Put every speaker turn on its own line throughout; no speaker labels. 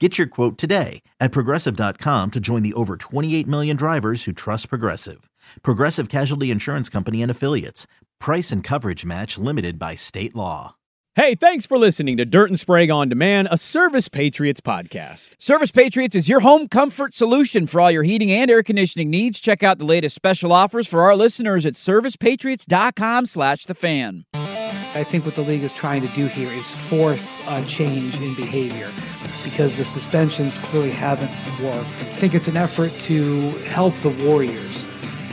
Get your quote today at progressive.com to join the over 28 million drivers who trust Progressive. Progressive Casualty Insurance Company and Affiliates. Price and coverage match limited by state law.
Hey, thanks for listening to Dirt and Sprague on Demand, a Service Patriots podcast.
Service Patriots is your home comfort solution for all your heating and air conditioning needs. Check out the latest special offers for our listeners at servicepatriots.com slash the fan.
I think what the league is trying to do here is force a change in behavior because the suspensions clearly haven't worked. I think it's an effort to help the Warriors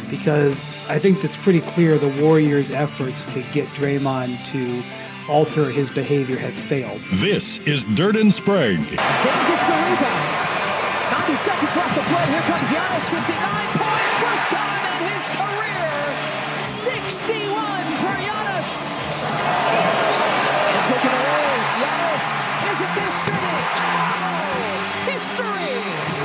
because I think it's pretty clear the Warriors' efforts to get Draymond to alter his behavior have failed.
This is Dirt and Sprague.
Dame gets the rebound. 90 seconds left to play. Here comes Giannis, 59 points. First time in his career. 61 for Giannis. And taken away. Giannis, isn't this fitting? Oh, history.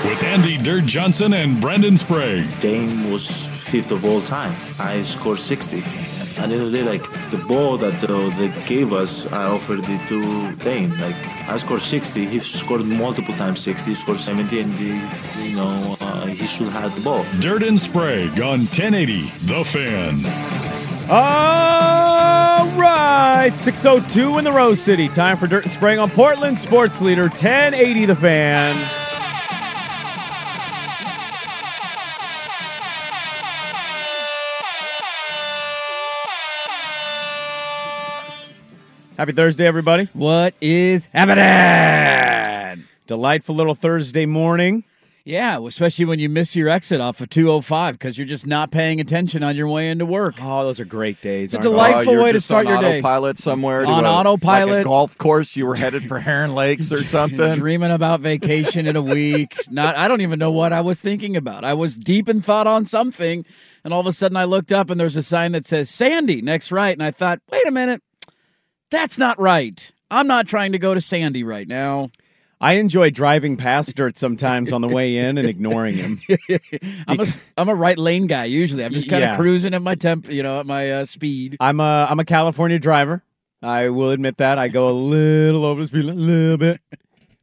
With Andy Dirt Johnson and Brandon Sprague.
Dame was fifth of all time. I scored 60. At the end of the day, like the ball that the, they gave us, I offered it to Dame. Like I scored 60. He scored multiple times 60. He scored 70, and he, you know uh, he should have the ball.
Dirt and Sprague on 1080 The Fan.
All right, 602 in the Rose City. Time for Dirt and Sprague on Portland sports leader 1080 The Fan. Happy Thursday, everybody.
What is happening?
Delightful little Thursday morning.
Yeah, well, especially when you miss your exit off of 205 because you're just not paying attention on your way into work.
Oh, those are great
It's
days.
a
aren't they?
delightful way to start
Oh, on
your day.
autopilot somewhere to
On
a-
autopilot.
like a golf course you were headed for heron lakes or something
Dreaming about vacation in a week. Not I don't even know what I was thinking about. I was deep in thought on something, and all of a sudden I looked up and there's a sign that says Sandy next right. And I thought, wait a minute, that's not right. I'm not trying to go to Sandy right now.
I enjoy driving past Dirt sometimes on the way in and ignoring him.
I'm a s- I'm a right lane guy usually. I'm just kind of
Yeah.
cruising at my temp, you know, at my uh, speed.
I'm a I'm a California driver. I will admit that I go a little over the speed limit, a little bit,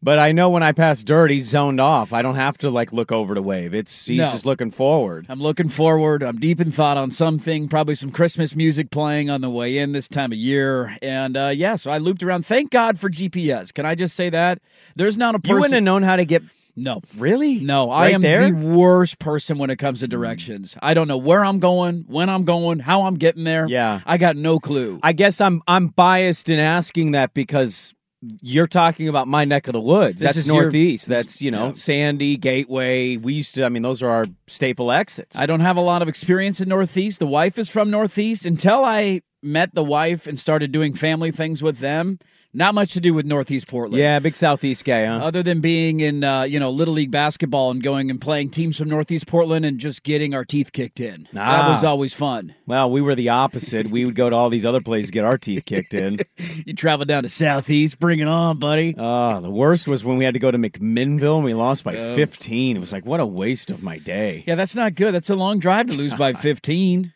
but I know when I pass dirt, he's zoned off. I don't have to like look over to wave. It's he's
No.
just looking forward.
I'm looking forward. I'm deep in thought on something, probably some Christmas music playing on the way in this time of year. And uh, yeah, so I looped around. Thank God for GPS. Can I just say that? There's not a person.
You wouldn't have known how to get
no.
really.
No, I
Right
am
there.
the worst person when it comes to directions. I don't know where I'm going, when I'm going, how I'm getting there.
Yeah.
I got no clue.
I guess I'm I'm biased in asking that because you're talking about my neck of the woods.
This
That's
is your-
northeast. That's you know
Yeah.
Sandy Gateway. We used to. I mean, those are our staple exits.
I don't have a lot of experience in Northeast. The wife is from Northeast. Until I met the wife and started doing family things with them, not much to do with Northeast Portland.
yeah, big southeast guy, huh?
Other than being in, uh, you know, Little League basketball and going and playing teams from Northeast Portland and just getting our teeth kicked in. That
Ah.
was always fun.
Well, we were the opposite. We would go to all these other places to get our teeth kicked in.
You travel down to Southeast, bring it on, buddy.
Oh, the worst was when we had to go to McMinnville and we lost by 15. It was like, what a waste of my day.
Yeah, that's not good. That's a long drive to lose by 15.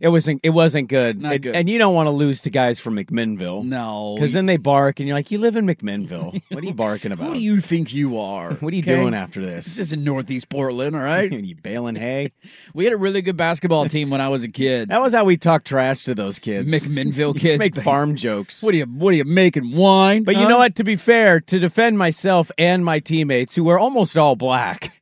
It wasn't. It wasn't good.
Not
It-
good.
And you don't want to lose to guys from McMinnville.
No.
Because then they bark, and you're like, "You live in McMinnville. what are you barking about?
Who do you think you are?
What are you
Okay?
doing after this?
This isn't Northeast Portland, all right?
you baling hay?
we had a really good basketball team when I was a kid.
That was how we talk trash to those kids.
McMinnville kids.
Just make farm jokes.
What are you? What are you making wine?
But you
huh?
know what? To be fair, to defend myself and my teammates, who were almost all black,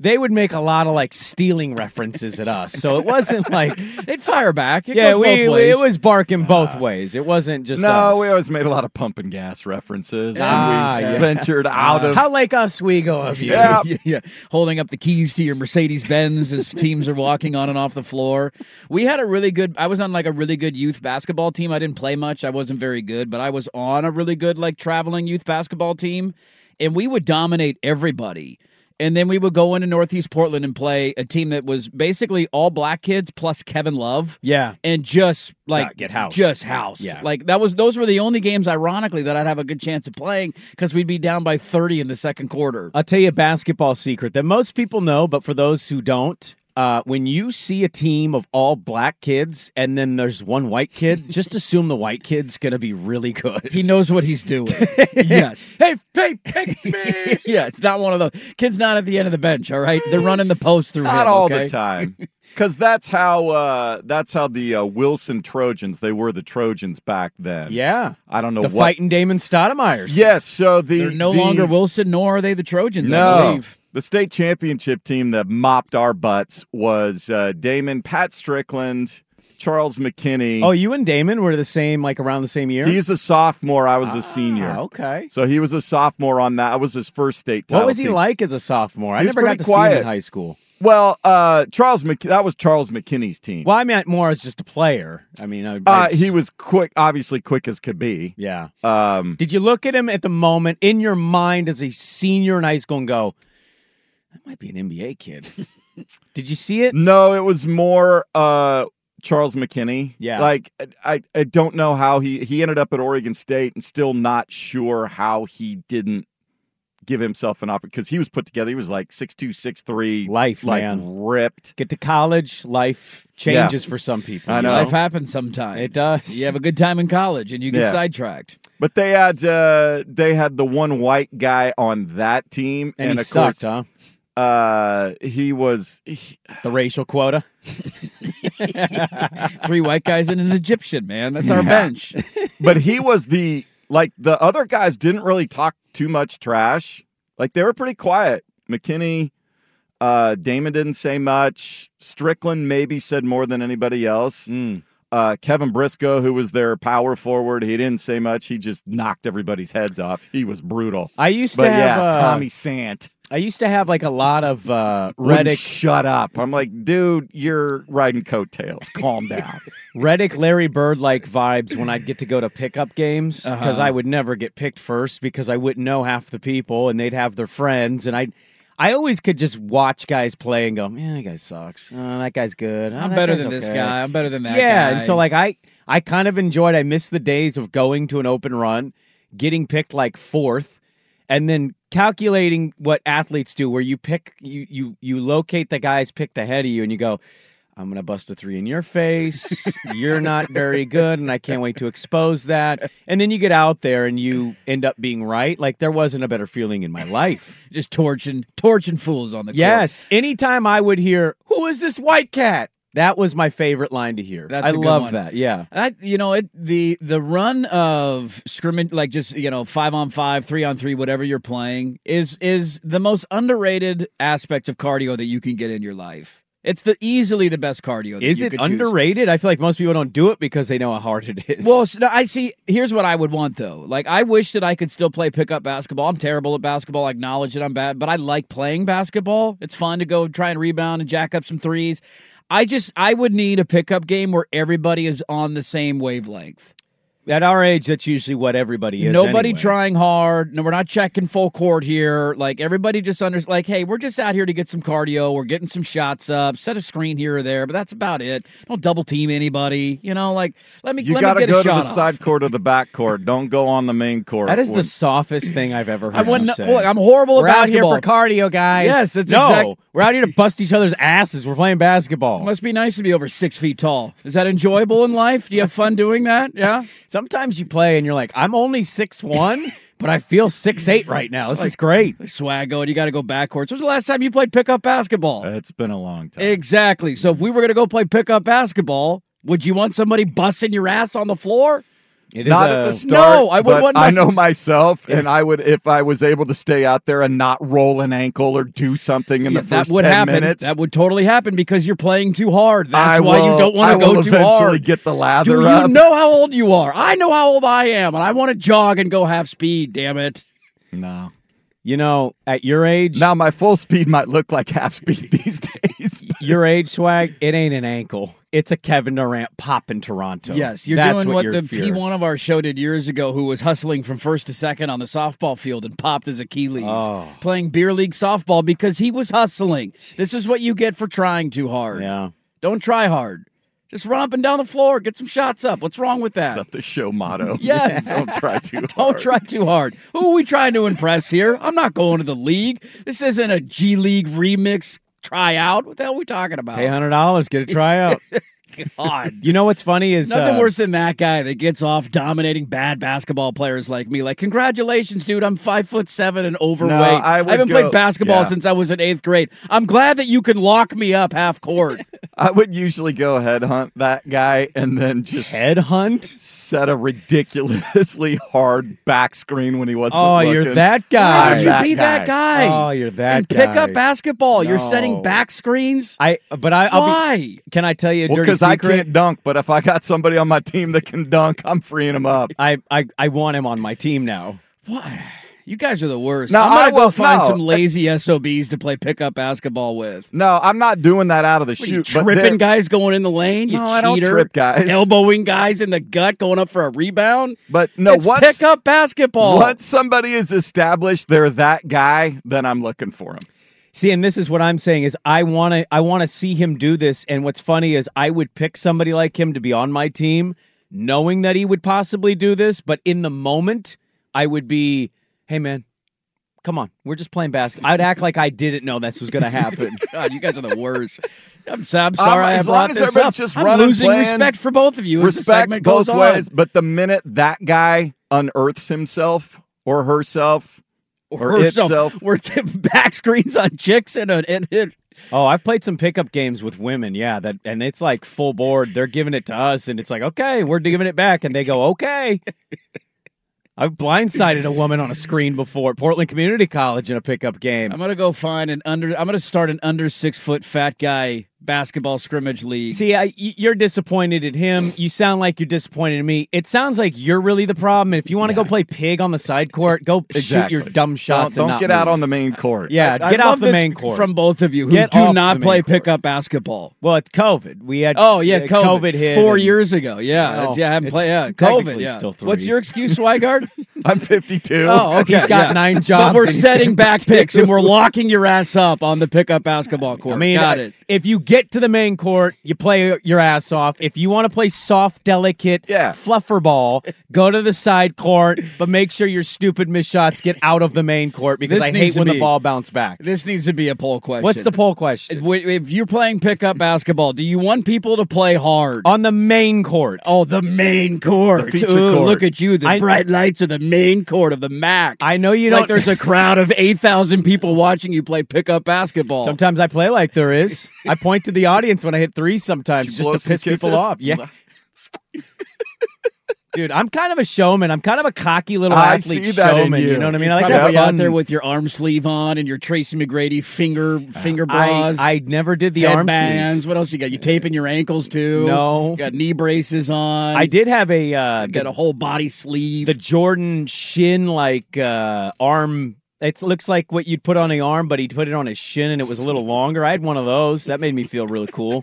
they would make a lot of like stealing references at us. So it wasn't like,
They'd fire back. It
yeah,
goes
we,
both
we-
ways.
it was barking both ways. It wasn't just us.
No, we always made a lot of pump and gas references. and
Ah,
we
yeah.
ventured out of.
how like Oswego of you.
Yeah.
yeah, yeah. Holding up the keys to your Mercedes Benz as teams are walking on and off the floor. We had a really good. I was on like a really good youth basketball team. I didn't play much. I wasn't very good, but I was on a really good like traveling youth basketball team, and we would dominate everybody. And then we would go into Northeast Portland and play a team that was basically all black kids plus Kevin Love
Yeah.
and just like
Not get housed.
just housed.
Yeah.
Like that was those were the only games, ironically, that I'd have a good chance of playing because we'd be down by thirty in the second quarter.
I'll tell you a basketball secret that most people know, but for those who don't, uh, when you see a team of all black kids and then there's one white kid, just assume the white kid's going to be really good.
He knows what he's doing. yes.
Hey, hey, picked me!
Yeah, it's not one of those. Kid's not at the end of the bench, all right? They're running the post through
not
him,
all
okay?
the time because that's how uh that's how the uh, wilson trojans they were the trojans back then
yeah.
i don't know
The
what
fighting Damon Stoudemire's.
yes so the
They're no
the-
longer Wilson, nor are they the Trojans, I
no
believe.
the state championship team that mopped our butts was uh damon pat strickland charles mckinney
Oh, you and Damon were the same, like around the same year?
he's a sophomore i was a senior
Ah, okay.
so he was a sophomore on that i was his first state title
What was he
team.
like as a sophomore? I
He was
never got
pretty
to see him in
quiet.
high school.
well uh charles Mc- that was charles mckinney's team
Well, I meant more as just a player. I mean, I,
uh,
I-
he was quick obviously quick as could be
Yeah.
um
Did you look at him at the moment in your mind as a senior in high school and go, that might be an NBA kid? Did you see it?
No, it was more uh Charles McKinney.
Yeah.
Like I, I- I don't know how he he ended up at Oregon State and still not sure how he didn't give himself an opportunity because he was put together. He was like six two, six three,
Life,
like
man.
ripped.
Get to college, life changes for some people.
I know.
Life happens sometimes.
It does.
You have a good time in college and you get
Yeah.
sidetracked.
But they had uh they had the one white guy on that team,
And,
and,
he
of
sucked,
course,
huh?
uh he was he-
The racial quota.
Three white guys and an Egyptian, man. That's our bench.
but he was the like the other guys didn't really talk too much trash. Like they were pretty quiet. McKinney, uh, Damon didn't say much. Strickland maybe said more than anybody else.
Mm.
Uh, Kevin Briscoe, who was their power forward, he didn't say much. He just knocked everybody's heads off. He was brutal.
I used
But
to have
yeah,
uh,
Tommy Sant.
I used to have like a lot of uh,
wouldn't
Reddick,
shut up. I'm like, dude, you're riding coattails. Calm down.
Reddick, Larry Bird like vibes when I'd get to go to pickup games because
Uh-huh.
I would never get picked first because I wouldn't know half the people and they'd have their friends and I, would I always could just watch guys play and go, man, that guy sucks. Oh, that guy's good. Oh,
I'm
that
better
guy's
than this
okay."
guy. I'm better than that
yeah,
guy.
and so like I, I kind of enjoyed. I missed the days of going to an open run, getting picked like fourth, and then calculating what athletes do, where you pick, you you you locate the guys picked ahead of you, and you go. I'm gonna bust a three in your face. You're not very good, and I can't wait to expose that. And then you get out there and you end up being right. Like there wasn't a better feeling in my life.
just torching torching fools on the court.
Yes. Anytime I would hear, "Who is this white cat?" That was my favorite line to hear.
That's
I
a good
love
one.
that. Yeah.
And I, you know, it the the run of scrimmage, like just you know, five on five, three on three, whatever you're playing, is is the most underrated aspect of cardio that you can get in your life. It's the easily the best cardio. That
Is
you
it
could choose.
underrated? I feel like most people don't do it because they know how hard it is.
Well, so, no, I see. Here's what I would want though. Like, I wish that I could still play pickup basketball. I'm terrible at basketball. I acknowledge that I'm bad, but I like playing basketball. It's fun to go try and rebound and jack up some threes. I just I would need a pickup game where everybody is on the same wavelength.
At our age, that's usually what everybody is.
Nobody
anyway.
trying hard. No, we're not checking full court here. Like everybody just under like, hey, we're just out here to get some cardio. We're getting some shots up, set a screen here or there, but that's about it. Don't double team anybody. You know, like let me
You
let
got
me
to
get
go
a
to
shot
the
off.
side court or the back court. Don't go on the main court.
That is the
when-
softest thing I've ever heard.
I
you
wouldn't
say.
look. I'm horrible
We're
at
out here
basketball.
for cardio, guys.
Yes, that's
no.
exact-
We're out here to bust each other's asses. We're playing basketball.
It must be nice to be over six feet tall. Is that enjoyable in life? Do you have fun doing that? Yeah.
Sometimes you play and you're like, I'm only six one, but I feel six eight right now. This is great.
Swaggo, and you got to go backcourts. When's the last time you played pickup basketball?
Uh,
It's been a long time.
Exactly. So if we were going to go play pickup basketball, would you want somebody busting your ass on the floor?
It is
not
a-
at the start.
No, I would
but
want my-
I know myself, and I would if I was able to stay out there and not roll an ankle or do something in
Yeah,
the first
that would
ten
happen.
minutes.
That would totally happen because you're playing too hard. That's
I
why you
will-
don't
I
want to
will
go too
eventually
hard.
Get the
Do
lather
you
up.
know how old you are? I know how old I am, and I want to jog and go half speed. Damn it!
No.
You know, at your age,
Now my full speed might look like half speed these days. but-
your age swag, it ain't an ankle. It's a Kevin Durant pop in Toronto.
Yes, you're
That's
doing
what,
what,
you're
the
fearing.
P1 of our show did years ago, who was hustling from first to second on the softball field and popped his Achilles
Oh.
playing beer league softball because he was hustling. This is what you get for trying too hard.
Yeah.
Don't try hard. Just run up and down the floor, get some shots up. What's wrong with that?
Is that the show motto?
Yes.
Don't try too hard.
Don't try too hard. Who are we trying to impress here? I'm not going to the league. This isn't a G League remix tryout. What the hell are we talking about?
Pay hundred dollars, get a tryout.
God.
you know what's funny is
Nothing
uh,
worse than that guy that gets off dominating bad basketball players like me. Like, congratulations, dude. I'm five foot seven and overweight.
I would
haven't
go-
played basketball
yeah.
since I was in eighth grade. I'm glad that you can lock me up half court.
I would usually go headhunt that guy and then just
Head hunt.
set a ridiculously hard back screen when he wasn't
Oh,
looking.
you're that
Why
guy.
would you
that
be that
guy.
guy?
Oh, you're that
and pick
guy.
up basketball. You're setting
No.
back screens.
I but I I'll
Why?
Be, can I tell you a
Well,
dirty
because I
secret?
can't dunk, but if I got somebody on my team that can dunk, I'm freeing him up.
I, I I want him on my team now.
Why? You guys are the worst.
No,
I'm gonna
I
go
will-
find
no.
some lazy SOBs to play pickup basketball with.
No, I'm not doing that out of the
What are you
shoot.
tripping
but, there-
guys going in the lane? You
No,
cheater.
I don't trip guys.
Elbowing guys in the gut going up for a rebound?
but no,
it's
once,
pick up
Oh.
basketball.
once somebody is established, they're that guy, then I'm looking for him.
See, and this is what I'm saying is I want to I want to see him do this. And what's funny is I would pick somebody like him to be on my team, knowing that he would possibly do this. But in the moment, I would be, hey man, come on, we're just playing basketball. I'd act like I didn't know this was going to happen.
God, you guys are the worst. I'm, so- I'm sorry I
Um, as
brought
long as
this up.
everybody's just
I'm
running,
losing
playing,
respect for both of you. as the
Respect
segment
both
goes
ways,
on.
but the minute that guy unearths himself or herself, or
Herself.
itself.
We're t- back screens on chicks and a, and it.
oh, I've played some pickup games with women, yeah, that and it's like full board. They're giving it to us, and it's like okay, we're giving it back, and they go okay. I've blindsided a woman on a screen before, at Portland Community College in a pickup game.
I'm gonna go find an under. I'm gonna start an under six foot fat guy basketball scrimmage league.
See, I, y- you're disappointed in him. You sound like you're disappointed in me. It sounds like you're really the problem. If you want to go play pig on the side court, go
Exactly.
shoot your dumb shots.
don't, don't
and not
get out
move.
on the main court.
Yeah,
I
get
love
off the
this
main court.
from both of you who
Get
do
off
not
the main
play
court.
pickup basketball.
well, it's COVID. We had
Oh yeah,
uh,
COVID,
hit
four
and-
years ago. Yeah, that's, yeah, I haven't
it's
played. Yeah, COVID.
technically
Yeah.
still three.
What's your excuse, Swigard?
I'm 52.
Oh, okay.
He's got
yeah.
nine
But
jobs
we're
and he's
setting
getting
back
paid
picks and we're locking your ass up on the pickup basketball court.
I mean,
got
uh,
it.
if you get to the main court, you play your ass off. If you want to play soft, delicate,
Yeah.
fluffer ball, go to the side court, but make sure your stupid missed shots get out of the main court because
This
I
needs
hate
to
when
be-
the ball bounces back.
This needs to be a poll question.
What's the poll question?
If- If you're playing pickup basketball, do you want people to play hard?
on the main court.
Oh, the main court.
The feature
Ooh,
court.
Look at you. The
I-
bright lights of the main court of the MAC.
I know you
like
don't.
there's a crowd of 8,000 people watching you play pickup basketball.
sometimes I play like there is. I point to the audience when I hit three sometimes just
blow
to
some
piss
kisses?
people off. Yeah. Dude, I'm kind of a showman. I'm kind of a cocky little
I
athlete
see that in
showman.
you.
know what I mean?
You're
I like to have
probably out
fun.
there with your arm sleeve on and your Tracy McGrady finger finger
Uh, I,
bras.
I never did the arm sleeve.
Headbands. What else you got? You taping your ankles too?
No.
got knee braces on.
I did have a uh,
got
the,
a whole body sleeve.
the Jordan shin like uh, arm. It looks like what you'd put on the arm, but he put it on his shin, and it was a little longer. I had one of those. That made me feel really cool.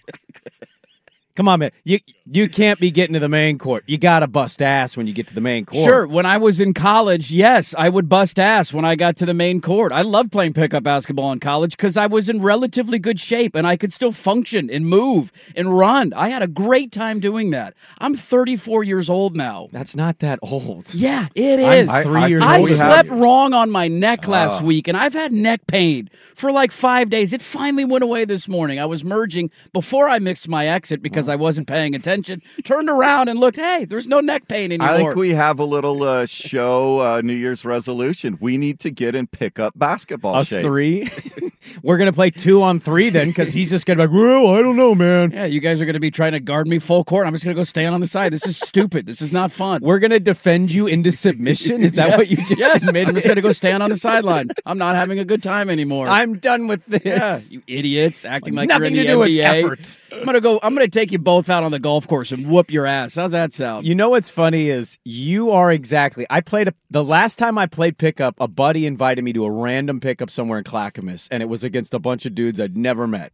Come on, man. You you can't be getting to the main court. You gotta bust ass when you get to the main court.
Sure. When I was in college, yes, I would bust ass when I got to the main court. I loved playing pickup basketball in college because I was in relatively good shape and I could still function and move and run. I had a great time doing that. I'm 34 years old now.
That's not that old.
Yeah, it
I'm
is.
three years
I
older than
slept
you.
wrong on my neck
Oh.
last week, and I've had neck pain for like five days. It finally went away this morning. I was merging before I mixed my exit because
Mm.
I wasn't paying attention. Turned around and looked. Hey, there's no neck pain anymore.
I think we have a little uh, show uh, New Year's resolution. We need to get in pickup basketball.
Us
shape.
three. We're gonna play two on three then, because he's just gonna be like, well, I don't know, man.
yeah, you guys are going to be trying to guard me full court. I'm just going to go stand on the side. This is stupid. This is not fun.
We're gonna defend you into submission. Is that what you just
yes, I'm
admitted?
just going to go stand on the sideline. I'm not having a good time anymore.
I'm done with this.
Yeah, you idiots acting like
Nothing
you're in
to do
the
with
NBA.
effort.
I'm gonna go. I'm gonna take you both out on the golf course and whoop your ass. How's that sound?
You know what's funny is you are exactly. I played a, the last time I played pickup. A buddy invited me to a random pickup somewhere in Clackamas, and it was against a bunch of dudes I'd never met.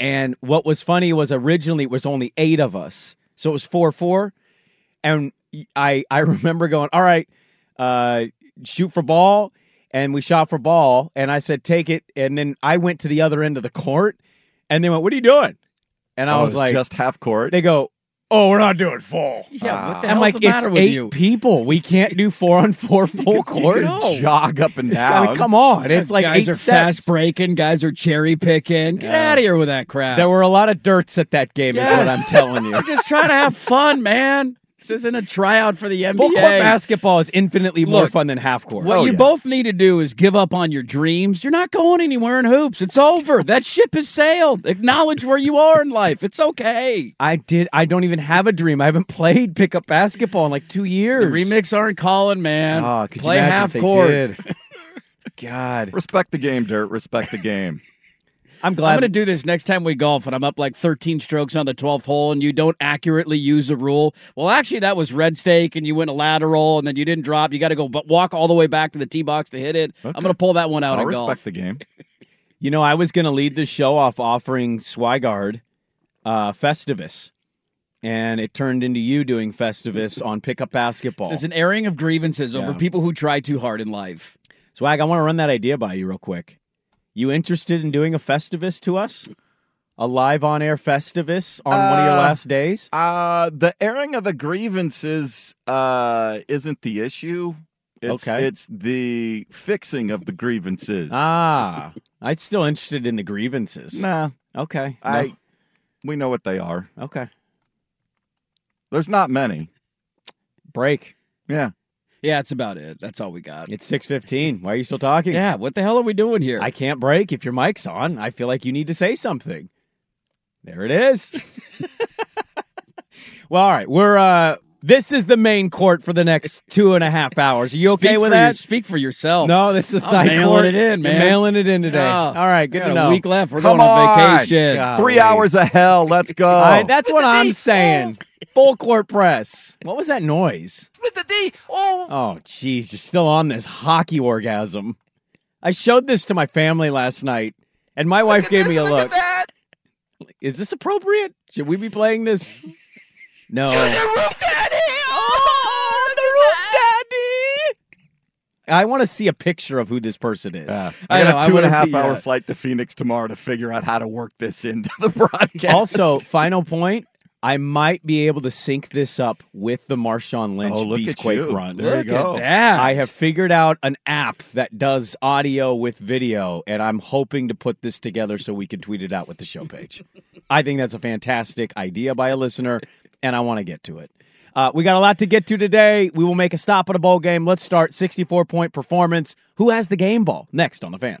And what was funny was originally it was only eight of us, so it was four four. And I I remember going, all right, uh, shoot for ball, and we shot for ball, and I said take it, and then I went to the other end of the court, and they went, what are you doing? And I
Oh,
was
it's
like,
just half court.
they go, oh, we're not doing full.
yeah, what the
I'm
hell's
like,
the
it's
matter with
eight
you?
people. We can't do four on four full court.
Could jog up and
I mean,
down.
come on, it's like
guys
eight
are
steps.
fast breaking, guys are cherry picking. Get out of here with that crap.
There were a lot of dirts at that game, is what
Yes.
I'm telling you.
We're just trying to have fun, man. This isn't a tryout for the NBA.
full court basketball is infinitely more
Look,
fun than half court. Oh,
What you both need to do is give up on your dreams. You're not going anywhere in hoops. It's over. That ship has sailed. Acknowledge where you are in life. It's okay.
I did. I don't even have a dream. I haven't played pickup basketball in like two years.
The remix aren't calling, man.
Oh, could
Play
you imagine
half
if they
court.
did? God,
Respect the game, Dirt. Respect the game.
I'm
I'm
glad.
going to do this next time we golf and I'm up like 13 strokes on the 12th hole and you don't accurately use a rule. Well, actually, that was red stake and you went a lateral and then you didn't drop. You got to go but walk all the way back to the tee box to hit it. I'm going to pull that one out
I'll
in
respect
golf.
the game.
you know, I was going to lead the show off offering Swigard uh, Festivus, and it turned into you doing Festivus on pickup basketball.
It's an airing of grievances over
Yeah.
people who try too hard in life.
Swag, I want to run that idea by you real quick. You interested in doing a Festivus to us? A live on air Festivus on one of your
Uh,
last days?
Uh, the airing of the grievances uh, isn't the issue. It's,
Okay.
It's the fixing of the grievances.
Ah, I'm still interested in the grievances.
nah,
Okay. No.
I. We know what they are.
Okay.
There's not many.
Break.
Yeah.
Yeah, that's about it. That's all we got.
It's 6:15. Why are you still talking?
Yeah, what the hell are we doing here?
I can't break if your mic's on. I feel like you need to say something. There it is. well, all right. We're uh this is the main court for the next two and a half hours. Are you okay
Speak
with
for your-
that?
speak for yourself.
No, this is a
I'm
side
mailing
court.
it in,
You're
man.
mailing it in today.
Yeah.
All right, good
we got
to
a
know.
week left. We're
Come
going on
on.
vacation.
God.
Three
Golly.
hours of hell. Let's go.
All right, that's what I'm saying. Full court press. What was that noise? Oh, jeez, you're still on this hockey orgasm. I showed this to my family last night, and my wife gave me a look. Is this appropriate? Should we be playing this? No. Oh, I want to see a picture of who this person is.
Yeah.
I
I
know, I
got a two and
wanna
a half
see uh,
hour
that.
flight to Phoenix tomorrow to figure out how to work this into the broadcast.
Also, final point. I might be able to sync this up with the Marshawn Lynch
Oh, look at
Beastquake
you.
run.
There you
Look
go.
at that.
I have figured out an app that does audio with video, and I'm hoping to put this together so we can tweet it out with the show page. I think that's a fantastic idea by a listener, and I want to get to it. Uh, we got a lot to get to today. We will make a stop at a bowl game. Let's start 64 point performance. Who has the game ball? Next on the fan.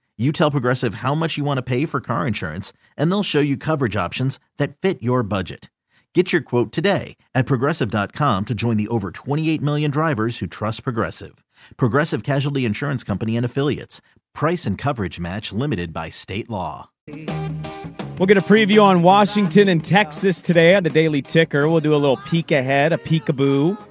You tell Progressive how much you want to pay for car insurance, and they'll show you coverage options that fit your budget. Get your quote today at progressive.com to join the over 28 million drivers who trust Progressive. Progressive Casualty Insurance Company and Affiliates. Price and coverage match limited by state law.
We'll get a preview on Washington and Texas today on the Daily Ticker. We'll do a little peek ahead, a peekaboo.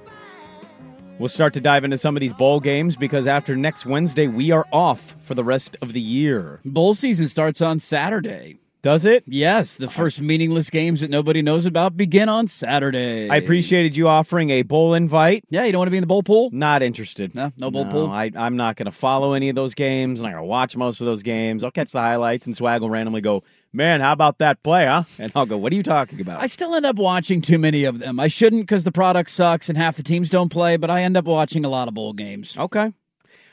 We'll start to dive into some of these bowl games because after next Wednesday, we are off for the rest of the year.
Bowl season starts on Saturday.
Does it?
Yes, the first meaningless games that nobody knows about begin on Saturday.
I appreciated you offering a bowl invite.
Yeah, you don't want to be in the bowl pool?
Not interested.
No, no bowl pool.
I, I'm not going to follow any of those games. I'm not going to watch most of those games. I'll catch the highlights, and Swag will randomly go, "Man, how about that play, huh?" And I'll go, "What are you talking about?"
I still end up watching too many of them. I shouldn't because the product sucks and half the teams don't play, but I end up watching a lot of bowl games.
okay.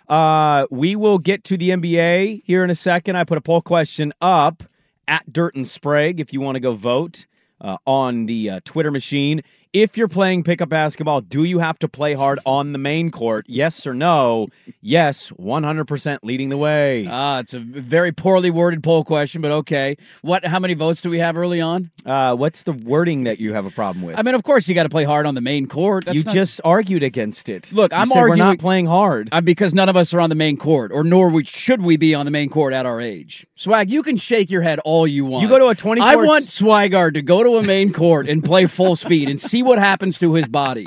Uh, we will get to the NBA here in a second. I put a poll question up at Dirt and Sprague if you want to go vote uh, on the uh, Twitter machine. If you're playing pickup basketball, do you have to play hard on the main court? Yes or no? Yes, 100% leading the way.
Ah, it's a very poorly worded poll question, but okay. What? How many votes do we have early on?
Uh, what's the wording that you have a problem with?
I mean, of course, you got to play hard on the main court. That's
you
not-
just argued against it.
Look,
You
I'm
said We're
arguing-
not playing hard.
Uh, because none of us are on the main court, or nor we, should we be on the main court at our age. Swag, you can shake your head all you want.
You go to a 24
I want Swigard to go to a main court and play full speed and see what happens to his body.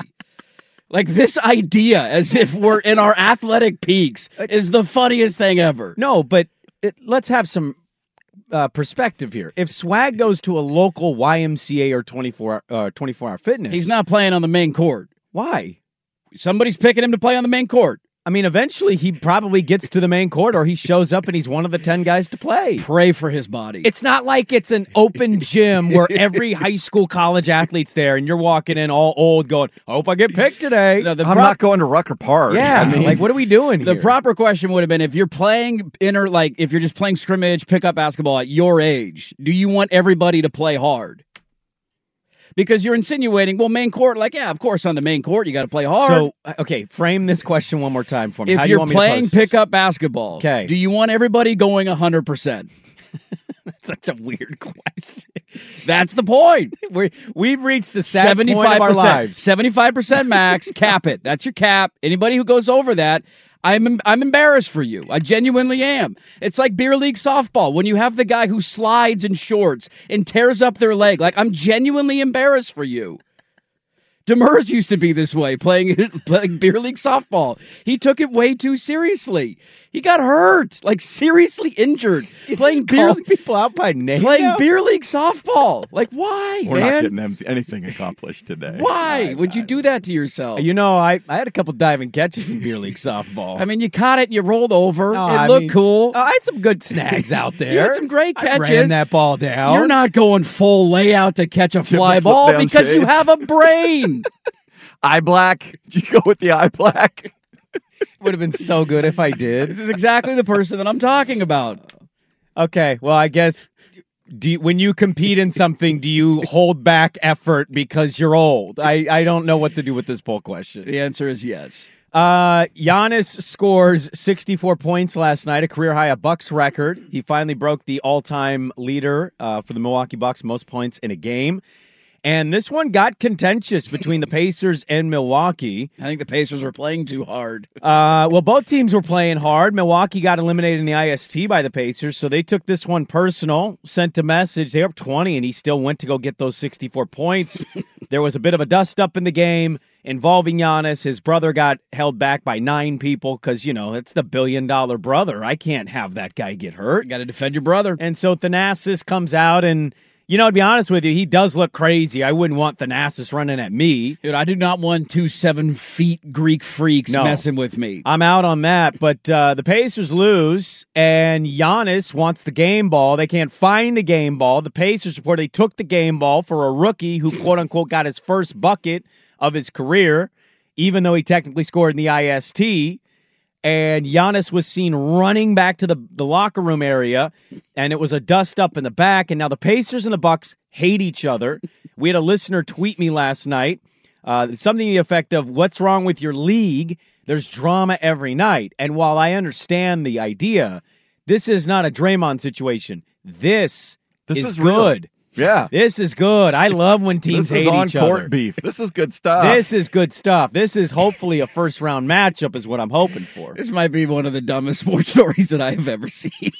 Like this idea, as if we're in our athletic peaks, is the funniest thing ever.
No, but it, let's have some uh, perspective here. If Swag goes to a local YMCA or 24 uh, 24 hour fitness,
He's not playing on the main court.
Why?
Somebody's picking him to play on the main court.
I mean, eventually he probably gets to the main court or he shows up and he's one of the 10 guys to play.
Pray for his body.
It's not like it's an open gym where every high school college athlete's there and you're walking in all old going, I hope I get picked today.
No, the
I'm
pro-
not going to Rucker Park.
yeah.
I mean,
like, what are we doing
The
here?
proper question would have been if you're playing inner, like if you're just playing scrimmage, pickup basketball at your age, do you want everybody to play hard? Because you're insinuating, well, main court, like, yeah, of course, on the main court, you got to play hard.
So, uh, okay, frame this question one more time for me.
if
How do you
you're
want me to
playing
post this?
pickup basketball,
Okay.
do you want everybody going 100%?
such a weird question.
That's the point.
We're, we've reached the sad point
75%.
of our lives.
75% max, cap it. That's your cap. Anybody who goes over that, I'm I'm embarrassed for you. I genuinely am. It's like beer league softball when you have the guy who slides in shorts and tears up their leg. Like I'm genuinely embarrassed for you. Demers used to be this way playing playing beer league softball. He took it way too seriously. He got hurt, like seriously injured
It's
playing
just
beer
calling people out by name.
playing
now?
beer league softball. Like why,
We're
man?
not getting em- anything accomplished today.
Why would you do that to yourself?
You know, I, I had a couple diving catches in beer league softball.
I mean, you caught it, you rolled over,
No,
it
I
looked
mean,
cool.
oh, I had some good snags out there.
you had some great
I
catches.
ran that ball down.
You're not going full layout to catch a fly
flip
ball
down
because you
shades.
have a brain.
Eye black? Did you go with the eye black?
It would have been so good if I did.
this is exactly the person that I'm talking about.
Okay, well, I guess. Do you, when you compete in something, do you hold back effort because you're old? I, I don't know what to do with this poll question.
The answer is yes.
Uh, Giannis scores 64 points last night, a career high, a Bucks record. He finally broke the all-time leader uh, for the Milwaukee Bucks, most points in a game. And this one got contentious between the Pacers and Milwaukee.
I think the Pacers were playing too hard.
Uh, well, both teams were playing hard. Milwaukee got eliminated in the IST by the Pacers, so they took this one personal, sent a message. They're up 20, and he still went to go get those 64 points. there was a bit of a dust up in the game involving Giannis. His brother got held back by nine people because, you know, it's the billion dollar brother. I can't have that guy get hurt.
Got to defend your brother.
And so Thanasis comes out and. You know, to be honest with you, he does look crazy. I wouldn't want Thanasis running at me.
Dude, I do not want two seven feet Greek freaks
No.
messing with me.
I'm out on that, but uh, the Pacers lose, and Giannis wants the game ball. They can't find the game ball. The Pacers reportedly took the game ball for a rookie who, quote unquote, got his first bucket of his career, even though he technically scored in the IST. And Giannis was seen running back to the, the locker room area, and it was a dust up in the back. And now the Pacers and the Bucks hate each other. We had a listener tweet me last night uh, something to the effect of what's wrong with your league there's drama every night and while i understand the idea this is not a draymond situation this,
This
is,
is real.
good
Yeah.
this is good i love when teams
This is
hate
on
each
court
other
beef. This is good stuff.
Uh.
this is good stuff this is hopefully a first round matchup is what i'm hoping for
This might be one of the dumbest sports stories that I have ever seen.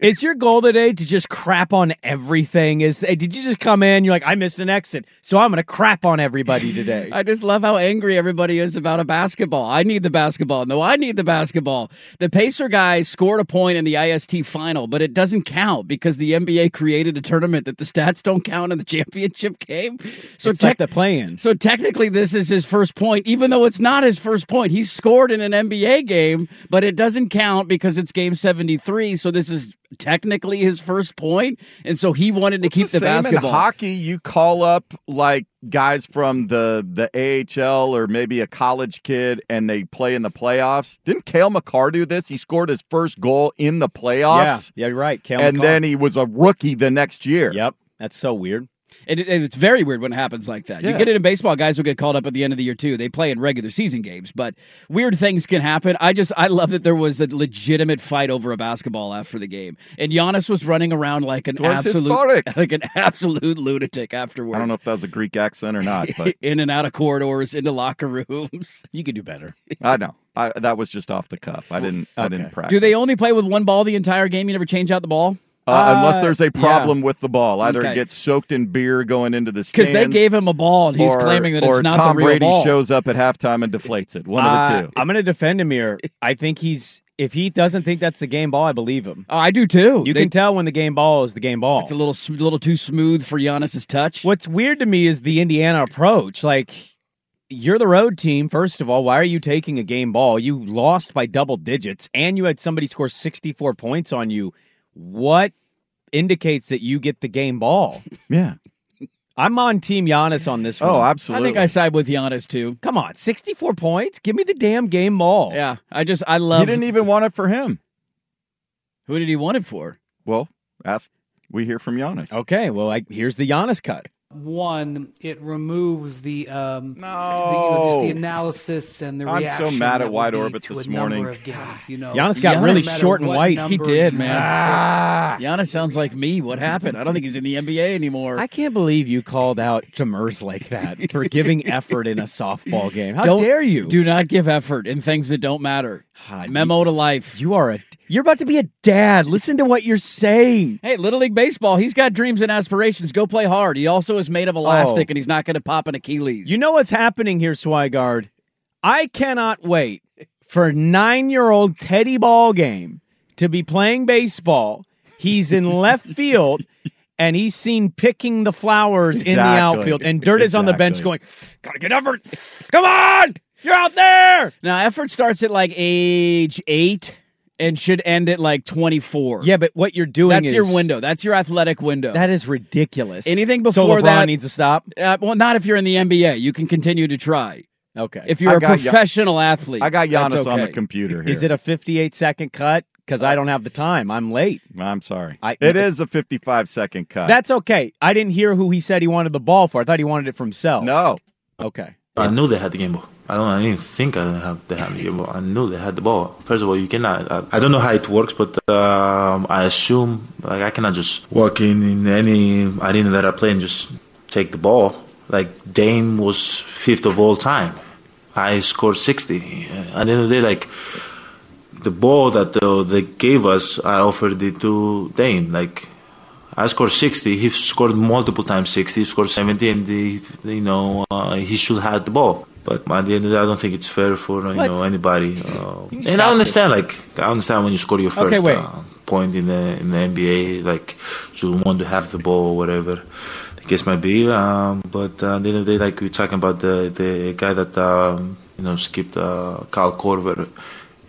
is your goal today to just crap on everything is eh, did you just come in you're like i missed an exit so i'm gonna crap on everybody today
I just love how angry everybody is about a basketball. I need the basketball. No, I need the basketball. The Pacer guy scored a point in the IST final, but it doesn't count because the NBA created a tournament that the stats don't count in the championship game. So
it's like
tech-
the play-in
So technically, this is his first point, even though it's not his first point. He scored in an NBA game, but it doesn't count because it's game 73. So this is technically his first point, And so he wanted to
It's
keep the,
same
basketball.
In hockey, you call up like guys from the the AHL or maybe a college kid, and they play in the playoffs. Didn't Kale McCarr do this? He scored his first goal in the
yeah
playoffs,
yeah you're right Kale
and
McCarr.
then he was a rookie the next year.
yep that's so weird
It, it- it's very weird when it happens like that. You
Yeah.
get it in baseball, guys will get called up at the end of the year too. They play in regular season games, but weird things can happen. I just I love that there was a legitimate fight over a basketball after the game, and Giannis was running around like an
It was
absolute
historic.
like an absolute lunatic afterwards.
I don't know if that was a Greek accent or not, but
in and out of corridors, into locker rooms.
you could do better
I know I, that was just off the cuff. I didn't. I
Okay.
didn't practice.
Do they only play with one ball the entire game? You never change out the ball
Uh, unless
Uh,
there's a problem with the ball, either
Okay.
it gets soaked in beer going into the stands,
because they gave him a ball and he's
or-
claiming that
or
it's not
Tom
the real
Brady
ball.
shows up at halftime and deflates it. One
Uh,
of the two.
I'm going to defend Amir. I think he's if he doesn't think that's the game ball, I believe him.
oh, I do too.
You
They-
can tell when the game ball is the game ball.
it's a little sm- little too smooth for Giannis's touch.
What's weird to me is the Indiana approach. Like you're the road team, first of all. Why are you taking a game ball? You lost by double digits, and you had somebody score 64 points on you. What indicates that you get the game ball?
Yeah.
I'm on Team Giannis on this one.
Oh,
I
absolutely.
think I side with Giannis too.
Come on, 64 points. Give me the damn game ball.
Yeah, I just I
You
love.
didn't even want it for him.
e-
Who did he want it for?
Well, ask. We hear from Giannis.
Okay. Well, I, here's the Giannis cut.
One, it removes the um, the, you know, just
No.
the analysis and the
I'm so
reaction.
mad at
that would
Wide
be
Orbit
to
this
a number
morning.
Of games, you know,
Giannis got
No
really
matter
short and
what
white. He
He
number
did,
you
man.
pick.
Giannis sounds like me. What happened? I don't think he's in the NBA anymore.
I can't believe you called out Demers like that for giving effort in a softball game. How
Don't-
dare you?
Do not give effort in things that don't matter.
God,
Memo to life.
you are a you're about to be a dad. Listen to what you're saying.
Hey, Little League Baseball, he's got dreams and aspirations. Go play hard. He also is made of elastic
Oh.
and he's not going to pop an Achilles.
You know what's happening here, Swigard. I cannot wait for nine-year-old Teddy Ballgame to be playing baseball. He's in left field. And he's seen picking the flowers in the
Exactly.
outfield. And Dirt is on the bench
Exactly.
going, Gotta get effort. Come on! You're out there!
now, effort starts at like age eight and should end at like 24.
Yeah, but what you're doing
That's
is
your window. That's your athletic window.
That is ridiculous.
Anything
so
before
LeBron
that-
needs to stop.
uh, well, not if you're in the NBA. You can continue to try.
Okay.
If you're
I
a
got Gian-
professional athlete,
I got Giannis
that's
on the
okay.
computer here.
is it a 58 second cut? Because I don't have the time. I'm late.
I'm sorry.
I-
it is a 55 second cut.
That's okay. I didn't hear who he said he wanted the ball for. I thought he wanted it for himself.
no.
Okay.
I knew they had the game ball. I don't. I didn't think I have, they had the game ball. I knew they had the ball. First of all, you cannot. uh, I, I don't know how it works, but um, I assume like I cannot just walk in in any arena that I play and just take the ball. Like Dame was fifth of all time. I scored sixty. At the end of the day, like the ball that uh, they gave us, I offered it to Dame. Like I scored 60. He scored multiple times 60. He scored 70, and he, you know uh, he should have the ball. But at the end of the day, I don't think it's fair for uh, you
What?
know anybody. Uh,
You
and
stop
I understand, like I understand when you score your
Okay,
first
wait.
uh, point in the in the NBA, like you want to have the ball or whatever the case might be. Um, but uh, at the end of the day, like we're talking about the the guy that um, you know skipped uh, Kyle Korver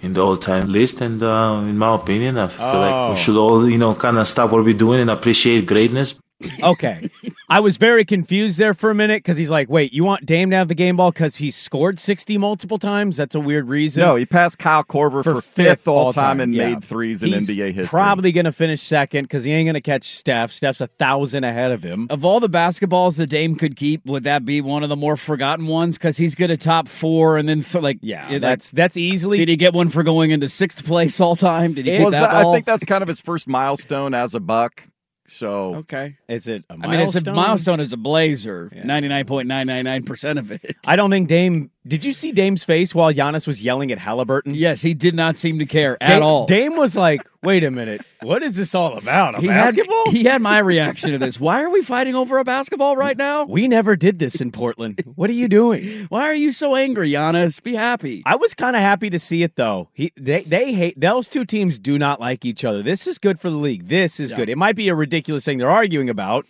in the all-time list, and uh, in my opinion, I feel like
Oh.
we should all you know kind of stop what we're doing and appreciate greatness.
Okay. I was very confused there for a minute because he's like, wait, you want Dame to have the game ball because he scored 60 multiple times? That's a weird reason.
No, Oh, he passed Kyle Korver for, fifth all time and
yeah.
made threes in
He's
NBA history.
Probably going to finish second because he ain't going to catch Steph. Steph's a thousand ahead of him.
Of all the basketballs the Dame could keep, would that be one of the more forgotten ones? Because he's good at top four, and then th- like
Yeah,
it- like,
that's that's easily.
did he get one for going into sixth place all time? Did he
It
get
Was
that,
that- I
ball?
think that's kind of his first milestone as a Buck. So
okay.
is it? A
I mean, it's a
milestone?
milestone as a Blazer.
Yeah.
Ninety nine point nine nine nine percent of it.
I don't think Dame. Did you see Dame's face while Giannis was yelling at Halliburton?
Yes, he did not seem to care at
Dame,
all.
Dame was like, "Wait a minute, what is this all about? A
he had,
basketball?
he had my reaction to this. Why are we fighting over a basketball right now?
we never did this in Portland. What are you doing?"
Why are you so angry, Giannis? Be happy.
I was kind of happy to see it though. He they they hate those two teams do not like each other. This is good for the league. This is
Yeah.
good. It might be a ridiculous thing they're arguing about.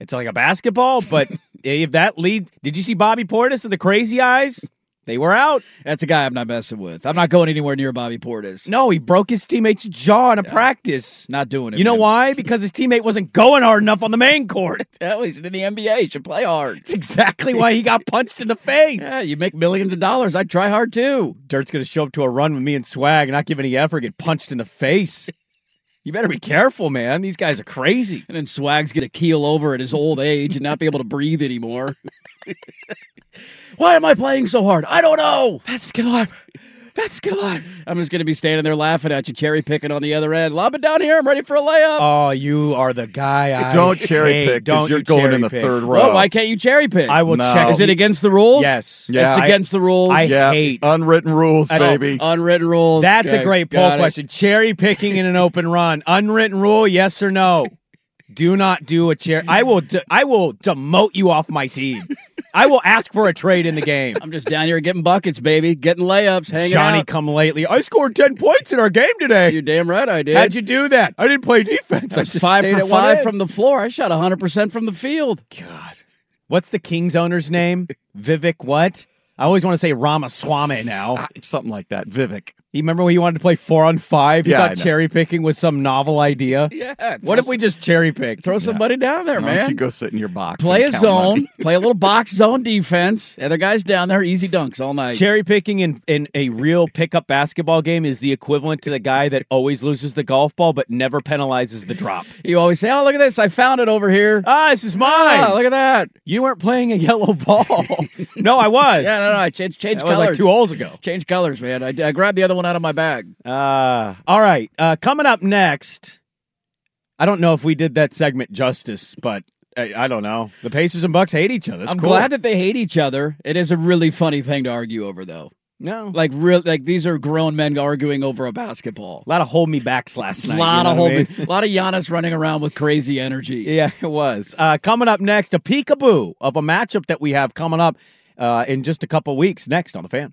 It's like a basketball, but if that lead, did you see Bobby Portis and the Crazy Eyes? They were out.
That's a guy I'm not messing with. I'm not going anywhere near Bobby Portis.
No, he broke his teammate's jaw in a practice.
Not doing it.
You know
man.
why? Because his teammate wasn't going hard enough on the main court.
Hell, he's in the NBA. He should play hard.
That's exactly why he got punched in the face.
Yeah, you make millions of dollars. I'd try hard too.
Dirt's gonna show up to a run with me and swag, and not give any effort, get punched in the face. You better be careful, man. These guys are crazy.
And then Swag's going to keel over at his old age and not be able to breathe anymore. why am I playing so hard? I don't know.
That's good life. That's good life.
I'm just going to be standing there laughing at you, cherry picking on the other end. Lob it down here. I'm ready for a layup.
Oh, you are the guy. I
don't cherry
hate.
pick
Don't
because you're
you
going
cherry
in the
pick.
third row.
Whoa, Oh, why can't you cherry pick?
I will
No.
check.
Is it against the rules?
Yes.
Yeah,
it's
I-
against the rules.
I
yeah,
hate.
unwritten rules,
I-
baby.
Oh, Unwritten rules.
That's
Okay,
a great
got
poll
it.
question. Cherry picking in an open run. Unwritten rule: yes or no. Do not do a chair. I will. De- I will demote you off my team. I will ask for a trade in the game.
I'm just down here getting buckets, baby, getting layups, hanging
Johnny,
out.
come lately. I scored ten points in our game today.
You're damn right I did.
How'd you do that? I didn't play defense. I
That's
just
five
stayed
for
at one
five
end.
from the floor. I shot 100% from the field.
God. What's the Kings owner's name? Vivek what? I always want to say Ramaswamy now.
Ah, Something like that. Vivek.
You remember when you wanted to play four on five? You
Yeah, I
thought
know.
cherry picking was some novel idea.
Yeah.
What if we just cherry pick?
throw somebody down there,
Why don't you
man?
go sit in your box?
Play a
and count money?
zone, play a little box zone defense. Other guys down there, easy dunks all night.
Cherry picking in, in a real pickup basketball game is the equivalent to the guy that always loses the golf ball but never penalizes the drop.
you always say, "Oh, look at this! I found it over here."
Ah, this is mine.
Ah, look at that!
you weren't playing a yellow ball. no, I was.
Yeah, no, no, I changed, changed
That
colors.
was like two holes ago.
Change colors, man. I, I grabbed the other one out of my bag.
Uh, all right. Uh, coming up next, I don't know if we did that segment justice, but I, I don't know. The Pacers and Bucks hate each other. That's
I'm
cool.
glad that they hate each other. It is a really funny thing to argue over, though.
no,
Like real, like these are grown men arguing over a basketball.
a lot of hold me backs last night.
a lot
you
of
know what I
holding,
mean?
a lot of Giannis running around with crazy energy.
Yeah, it was. Uh, coming up next, a peekaboo of a matchup that we have coming up uh, in just a couple weeks. Next on the fan.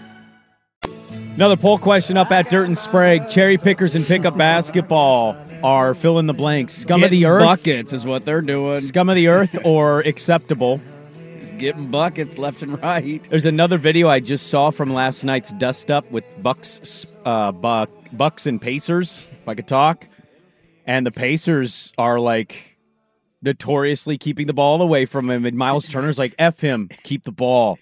Another poll question up at Dirt and Sprague. Cherry pickers and pickup basketball are fill in the blanks. Scum of the
Getting
earth.
Buckets is what they're doing.
Scum of the earth or acceptable.
Just getting buckets left and right.
There's another video I just saw from last night's dust up with Bucks, uh, Buck, Bucks and Pacers. If I could talk, and the Pacers are like notoriously keeping the ball away from him, and Miles Turner's like, "F him, keep the ball."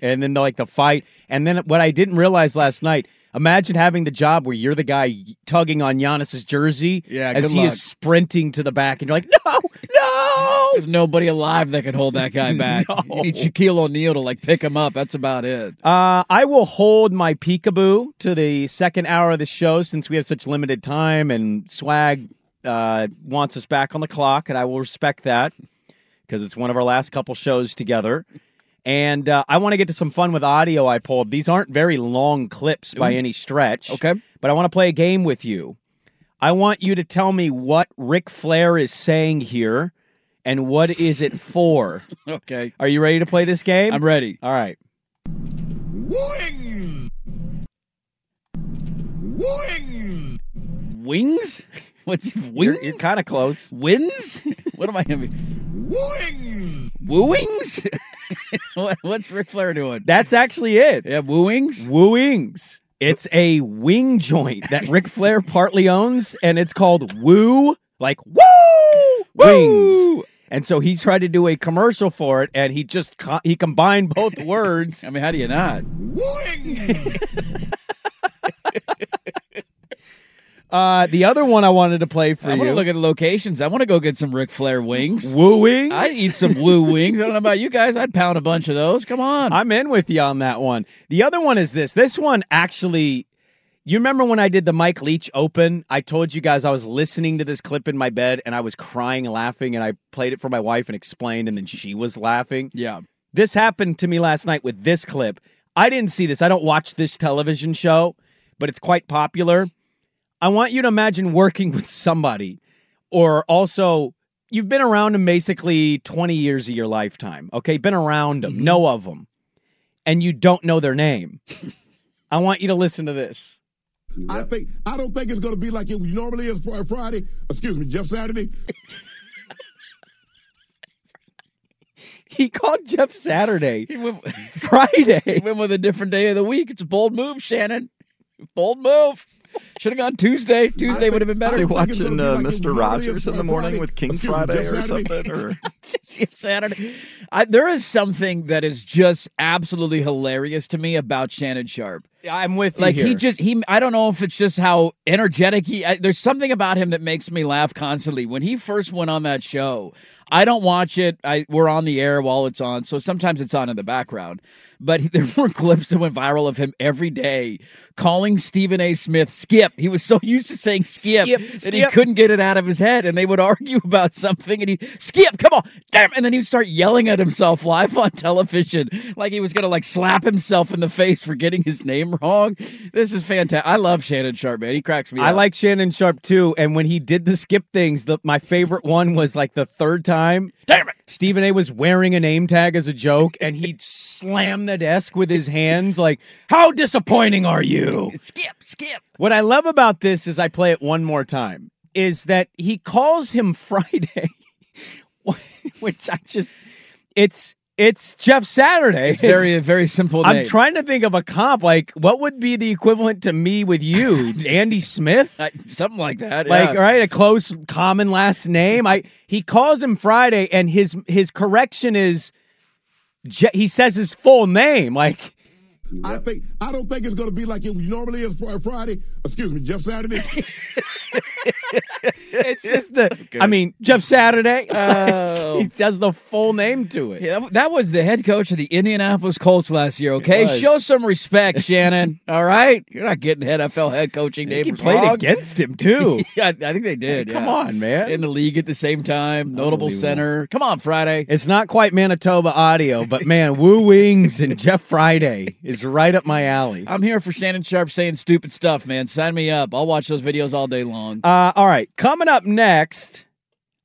And then like the fight, and then what I didn't realize last night. Imagine having the job where you're the guy tugging on Giannis's jersey
Yeah,
as
good
he
luck.
is sprinting to the back, and you're like, "No,
No! There's nobody alive that can hold that guy back. You need Shaquille O'Neal to like pick him up. That's about it.
Uh, I will hold my peekaboo to the second hour of the show since we have such limited time and swag uh, wants us back on the clock, and I will respect that because it's one of our last couple shows together. And uh, I want to get to some fun with audio I pulled. These aren't very long clips by
Ooh.
any stretch.
Mm-hmm. Okay.
But I want to play a game with you. I want you to tell me what Ric Flair is saying here and what is it for.
Okay.
Are you ready to play this game?
I'm ready.
All right.
Wings? What's wings? You're,
kind of close.
Wins? What am I having? Wooings? what, what's Ric Flair doing?
That's actually it.
Yeah, wooings.
Wooings. It's a wing joint that Ric Flair partly owns, and it's called Woo, like Woo Wings. And so he tried to do a commercial for it, and he just co- he combined both words.
I mean, how do you not?
Uh, the other one I wanted to play for
I want
you,
to look at locations. I want to go get some Ric Flair wings.
Woo Wings.
I'd eat some woo wings. I don't know about you guys. I'd pound a bunch of those. Come on.
I'm in with you on that one. The other one is this. This one actually, you remember when I did the Mike Leach Open? I told you guys I was listening to this clip in my bed and I was crying, laughing, and I played it for my wife and explained, and then she was laughing.
yeah.
This happened to me last night with this clip. I didn't see this. I don't watch this television show, but it's quite popular. I want you to imagine working with somebody, or also you've been around them basically 20 years of your lifetime, okay? Been around them, know of them, and you don't know their name. I want you to listen to this.
I think I don't think it's going to be like it normally is for Friday. Excuse me, Jeff Saturday.
He called Jeff Saturday
He went, he
Friday.
went with a different day of the week. It's a bold move, Shannon. Bold move. Should have gone Tuesday. Tuesday would have been
Are they
better.
watching uh, Mr. Rogers in the morning
Friday.
with King
Excuse me,
Friday
Jeff
or
Saturday.
something? Or
Saturday. I, there is something that is just absolutely hilarious to me about Shannon Sharp.
I'm with you.
like he
here.
just he i don't know if it's just how energetic he I, there's something about him that makes me laugh constantly when he first went on that show i don't watch it i we're on the air while it's on so sometimes it's on in the background but he- there were clips that went viral of him every day calling stephen a smith skip he was so used to saying skip,
Skip,
that he
skip.
couldn't get it out of his head and they would argue about something and he skip come on damn and then he'd start yelling at himself live on television like he was gonna like slap himself in the face for getting his name wrong this is fantastic i love shannon sharp man he cracks me
I
up.
like Shannon Sharp too. And when he did the skip things, the, my favorite one was like the third time. Damn it! Stephen A. was wearing a name tag as a joke, and he slammed the desk with his hands. Like, how disappointing are you?
skip skip
What I love about this is I play it one more time. Is that he calls him Friday, which I just it's it's Jeff Saturday.
it's very very simple
I'm
name.
trying to think of a comp. Like, what would be the equivalent to me with you, Andy Smith?
I- something like that
like
yeah.
right a close common last name i he calls him friday and his his correction is Je- he says his full name like
I think I don't think it's going to be like it normally is for Friday. Excuse me, Jeff Saturday.
it's just the. I mean, Jeff Saturday. he does the full name to it.
Oh. Yeah, that- that was the head coach of the Indianapolis Colts last year. Okay,
was.
show some respect, Shannon. All right, you're not getting NFL head coaching
He
name.
played against him too.
yeah, I I think they did.
Come
yeah.
on, man.
In the league at the same time, notable
Unbelievable.
center. Come on, Friday.
It's not quite Manitoba audio, but man, Woo Wings and Jeff Friday is right up my alley.
I'm here for Shannon Sharp saying stupid stuff, man. Sign me up. I'll watch those videos all day long.
Uh, all right, coming up next,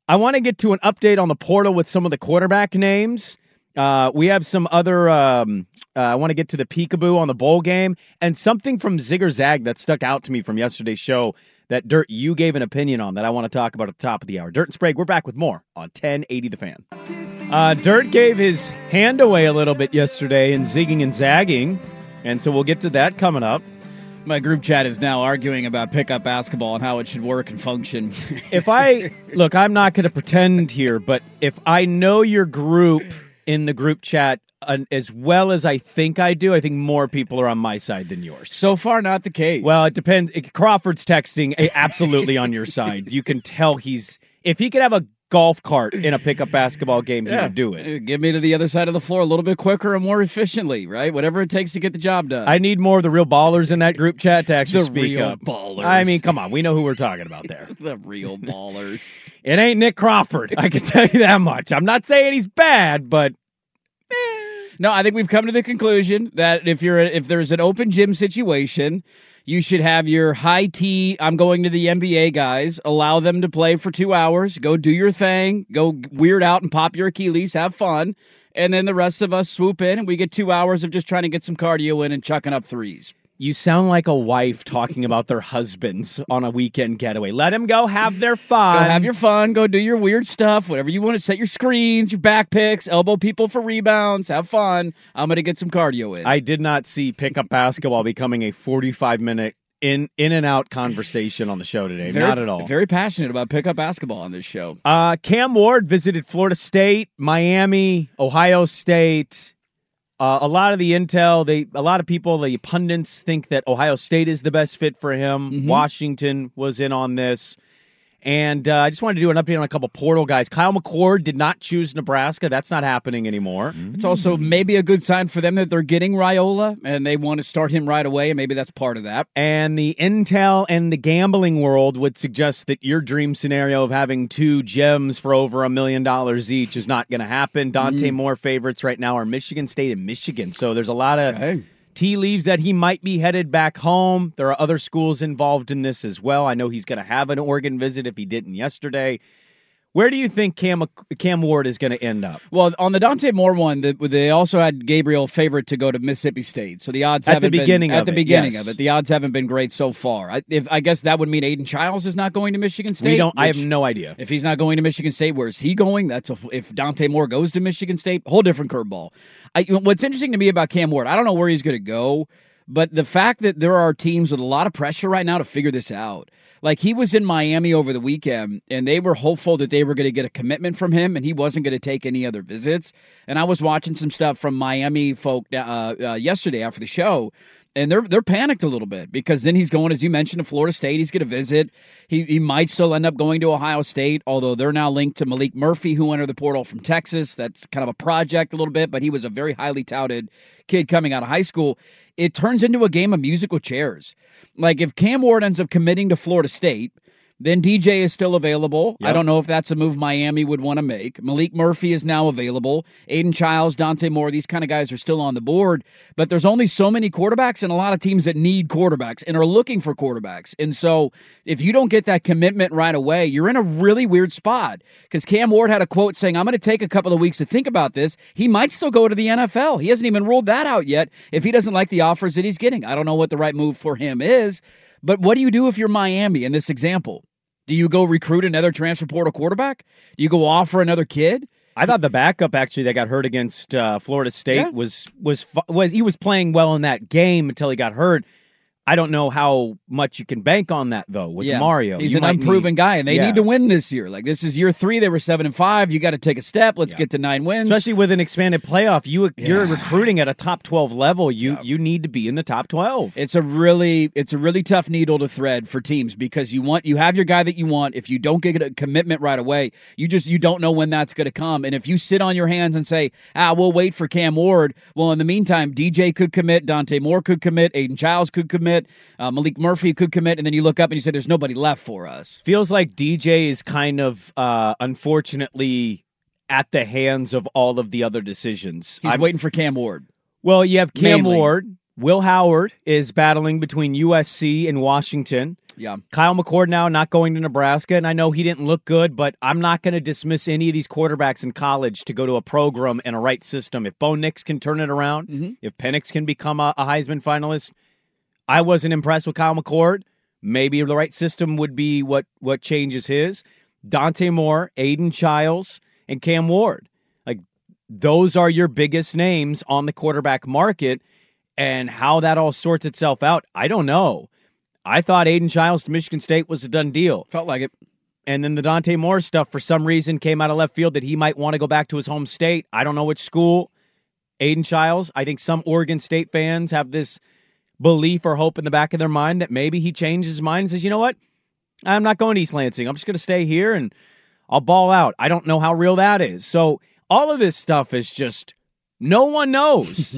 I want to get to an update on the portal with some of the quarterback names. Uh, we have some other. Um, uh, I want to get to the peekaboo on the bowl game and something from Zigger Zag that stuck out to me from yesterday's show that Dirt you gave an opinion on that I want to talk about at the top of the hour. Dirt and Sprague, we're back with more on 1080 The Fan. Uh, Dirt gave his hand away a little bit yesterday in zigging and zagging, and so we'll get to that coming up.
My group chat is now arguing about pickup basketball and how it should work and function.
if I look, I'm not going to pretend here, but if I know your group in the group chat uh, as well as I think I do, I think more people are on my side than yours.
So far, not the case.
Well, it depends. Crawford's texting eh, absolutely on your side. You can tell he's if he could have a golf cart in a pickup basketball game, he would do it.
Uh, Get me to the other side of the floor a little bit quicker and more efficiently, right? Whatever it takes to get the job done.
I need more of the real ballers in that group chat to actually
The
speak
real
up.
ballers.
I mean, come on, we know who we're talking about there.
the real ballers.
It ain't Nick Crawford. I can tell you that much. I'm not saying he's bad, but
No, I think we've come to the conclusion that if you're if there's an open gym situation, you should have your high T. I'm going to the NBA guys. Allow them to play for two hours. Go do your thing. Go weird out and pop your Achilles. Have fun. And then the rest of us swoop in and we get two hours of just trying to get some cardio in and chucking up threes.
You sound like a wife talking about their husbands on a weekend getaway. Let them go have their fun.
Go have your fun. Go do your weird stuff. Whatever you want to set your screens, your back picks, elbow people for rebounds. Have fun. I'm gonna get some cardio in.
I did not see pickup basketball becoming a 45 minute in in and out conversation on the show today.
Very-
not at all.
Very passionate about pickup basketball on this show.
Uh, Cam Ward visited Florida State, Miami, Ohio State. Uh, a lot of the intel, they a lot of people, the pundits think that Ohio State is the best fit for him. Washington was in on this, and uh, I just wanted to do an update on a couple portal guys. Kyle McCord did not choose Nebraska; that's not happening anymore.
It's also
Hmm.
maybe a good sign for them that they're getting Riola and they want to start him right away, and maybe that's part of that.
And the intel and the gambling world would suggest that your dream scenario of having two gems for over a million dollars each is not going to happen. Dante
Mm.
Moore favorites right now are Michigan State and Michigan. So there's a lot of tea leaves that he might be headed back home. There are other schools involved in this as well. I know he's going to have an Oregon visit if he didn't yesterday. Where do you think Cam, Cam Ward is going to end up?
Well, on the Dante Moore one, the, they also had Gabriel favorite to go to Mississippi State, so the odds
At the
haven't been-
beginning
at
of
the
it,
beginning
yes.
of it. The odds haven't been great so far. I, if I guess that would mean Aiden Childs is not going to Michigan State.
we don't. I have
which-
no idea.
If he's not going to Michigan State, where is he going? That's a, if Dante Moore goes to Michigan State, whole different curveball. I, what's interesting to me about Cam Ward, I don't know where he's going to go, but the fact that there are teams with a lot of pressure right now to figure this out. Like he was in Miami over the weekend, and they were hopeful that they were going to get a commitment from him, and he wasn't going to take any other visits. And I was watching some stuff from Miami folk uh, uh, yesterday after the show, and they're they're panicked a little bit because then he's going, as you mentioned, to Florida State. He's going to visit. He he might still end up going to Ohio State, although they're now linked to Malik Murphy, who entered the portal from Texas. That's kind of a project a little bit, but he was a very highly touted kid coming out of high school. It turns into a game of musical chairs. Like if Cam Ward ends up committing to Florida State. Then DJ is still available. I
Yep.
don't know if that's a move Miami would want to make. Malik Murphy is now available. Aiden Childs, Dante Moore, these kind of guys are still on the board, but there's only so many quarterbacks and a lot of teams that need quarterbacks and are looking for quarterbacks. And so if you don't get that commitment right away, you're in a really weird spot because Cam Ward had a quote saying, I'm going to take a couple of weeks to think about this. He might still go to the NFL. He hasn't even ruled that out yet if he doesn't like the offers that he's getting. I don't know what the right move for him is, but what do you do if you're Miami in this example? Do you go recruit another transfer portal quarterback? Do you go offer another kid?
I thought the backup actually that got hurt against uh, Florida State
Yeah.
was was fu- was he was playing well in that game until he got hurt. I don't know how much you can bank on that though with
Yeah.
Mario.
He's
You
an
might
unproven
need-
guy, and they
Yeah.
need to win this year. Like this is year three; they were seven and five. You got to take a step. Let's get to nine wins.
Especially with an expanded playoff, you you're recruiting at a top twelve level. You you need to be in the top twelve.
It's a really it's a really tough needle to thread for teams because you want you have your guy that you want. If you don't get a commitment right away, you just you don't know when that's going to come. And if you sit on your hands and say, "Ah, we'll wait for Cam Ward," well, in the meantime, DJ could commit, Dante Moore could commit, Aiden Childs could commit, uh, Malik Murphy could commit, and then you look up and you say, "There's nobody left for us."
Feels like DJ is kind of uh, unfortunately at the hands of all of the other decisions.
He's waiting for Cam Ward.
Well, you have Cam
Mainly.
Ward. Will Howard is battling between USC and Washington.
Yeah.
Kyle McCord now not going to Nebraska, and I know he didn't look good, but I'm not going to dismiss any of these quarterbacks in college to go to a program and a right system. If Bo Nix can turn it around, if Penix can become a, a Heisman finalist, I wasn't impressed with Kyle McCord. Maybe the right system would be what what changes his. Dante Moore, Aiden Childs, and Cam Ward. Like those are your biggest names on the quarterback market. And how that all sorts itself out, I don't know. I thought Aiden Childs to Michigan State was a done deal.
Felt like it.
And then the Dante Moore stuff for some reason came out of left field that he might want to go back to his home state. I don't know which school. Aiden Childs, I think some Oregon State fans have this belief or hope in the back of their mind that maybe he changes his mind and says, you know what? I'm not going to East Lansing. I'm just going to stay here and I'll ball out. I don't know how real that is. So all of this stuff is just no one knows.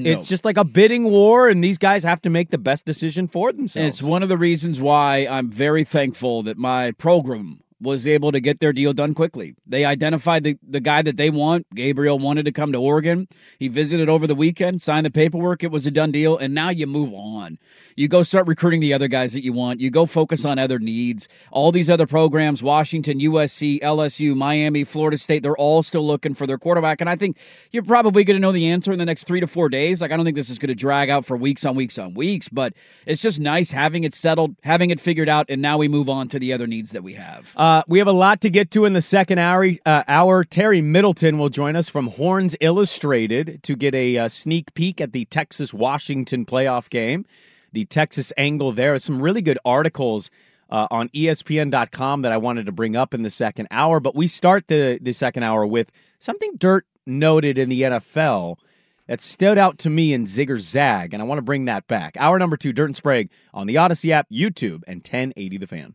No.
It's just like a bidding war, and these guys have to make the best decision for
And
themselves.
It's one of the reasons why I'm very thankful that my program was able to get their deal done quickly. They identified the, the guy that they want. Gabriel wanted to come to Oregon. He visited over the weekend, signed the paperwork. It was a done deal. And now you move on. You go start recruiting the other guys that you want. You go focus on other needs. All these other programs Washington, USC, LSU, Miami, Florida State they're all still looking for their quarterback. And I think you're probably going to know the answer in the next three to four days. Like, I don't think this is going to drag out for weeks on weeks on weeks, but it's just nice having it settled, having it figured out, and now we move on to the other needs that we have.
Uh, we have a lot to get to in the second hour. Uh, hour Terry Middleton will join us from Horns Illustrated to get a uh, sneak peek at the Texas Washington playoff game. The Texas angle there. Some really good articles uh, on ESPN.com that I wanted to bring up in the second hour. But we start the the second hour with something Dirt noted in the NFL that stood out to me in Zig or Zag, and I want to bring that back. Hour number two, Dirt and Sprague on the Odyssey app, YouTube, and 1080 The Fan.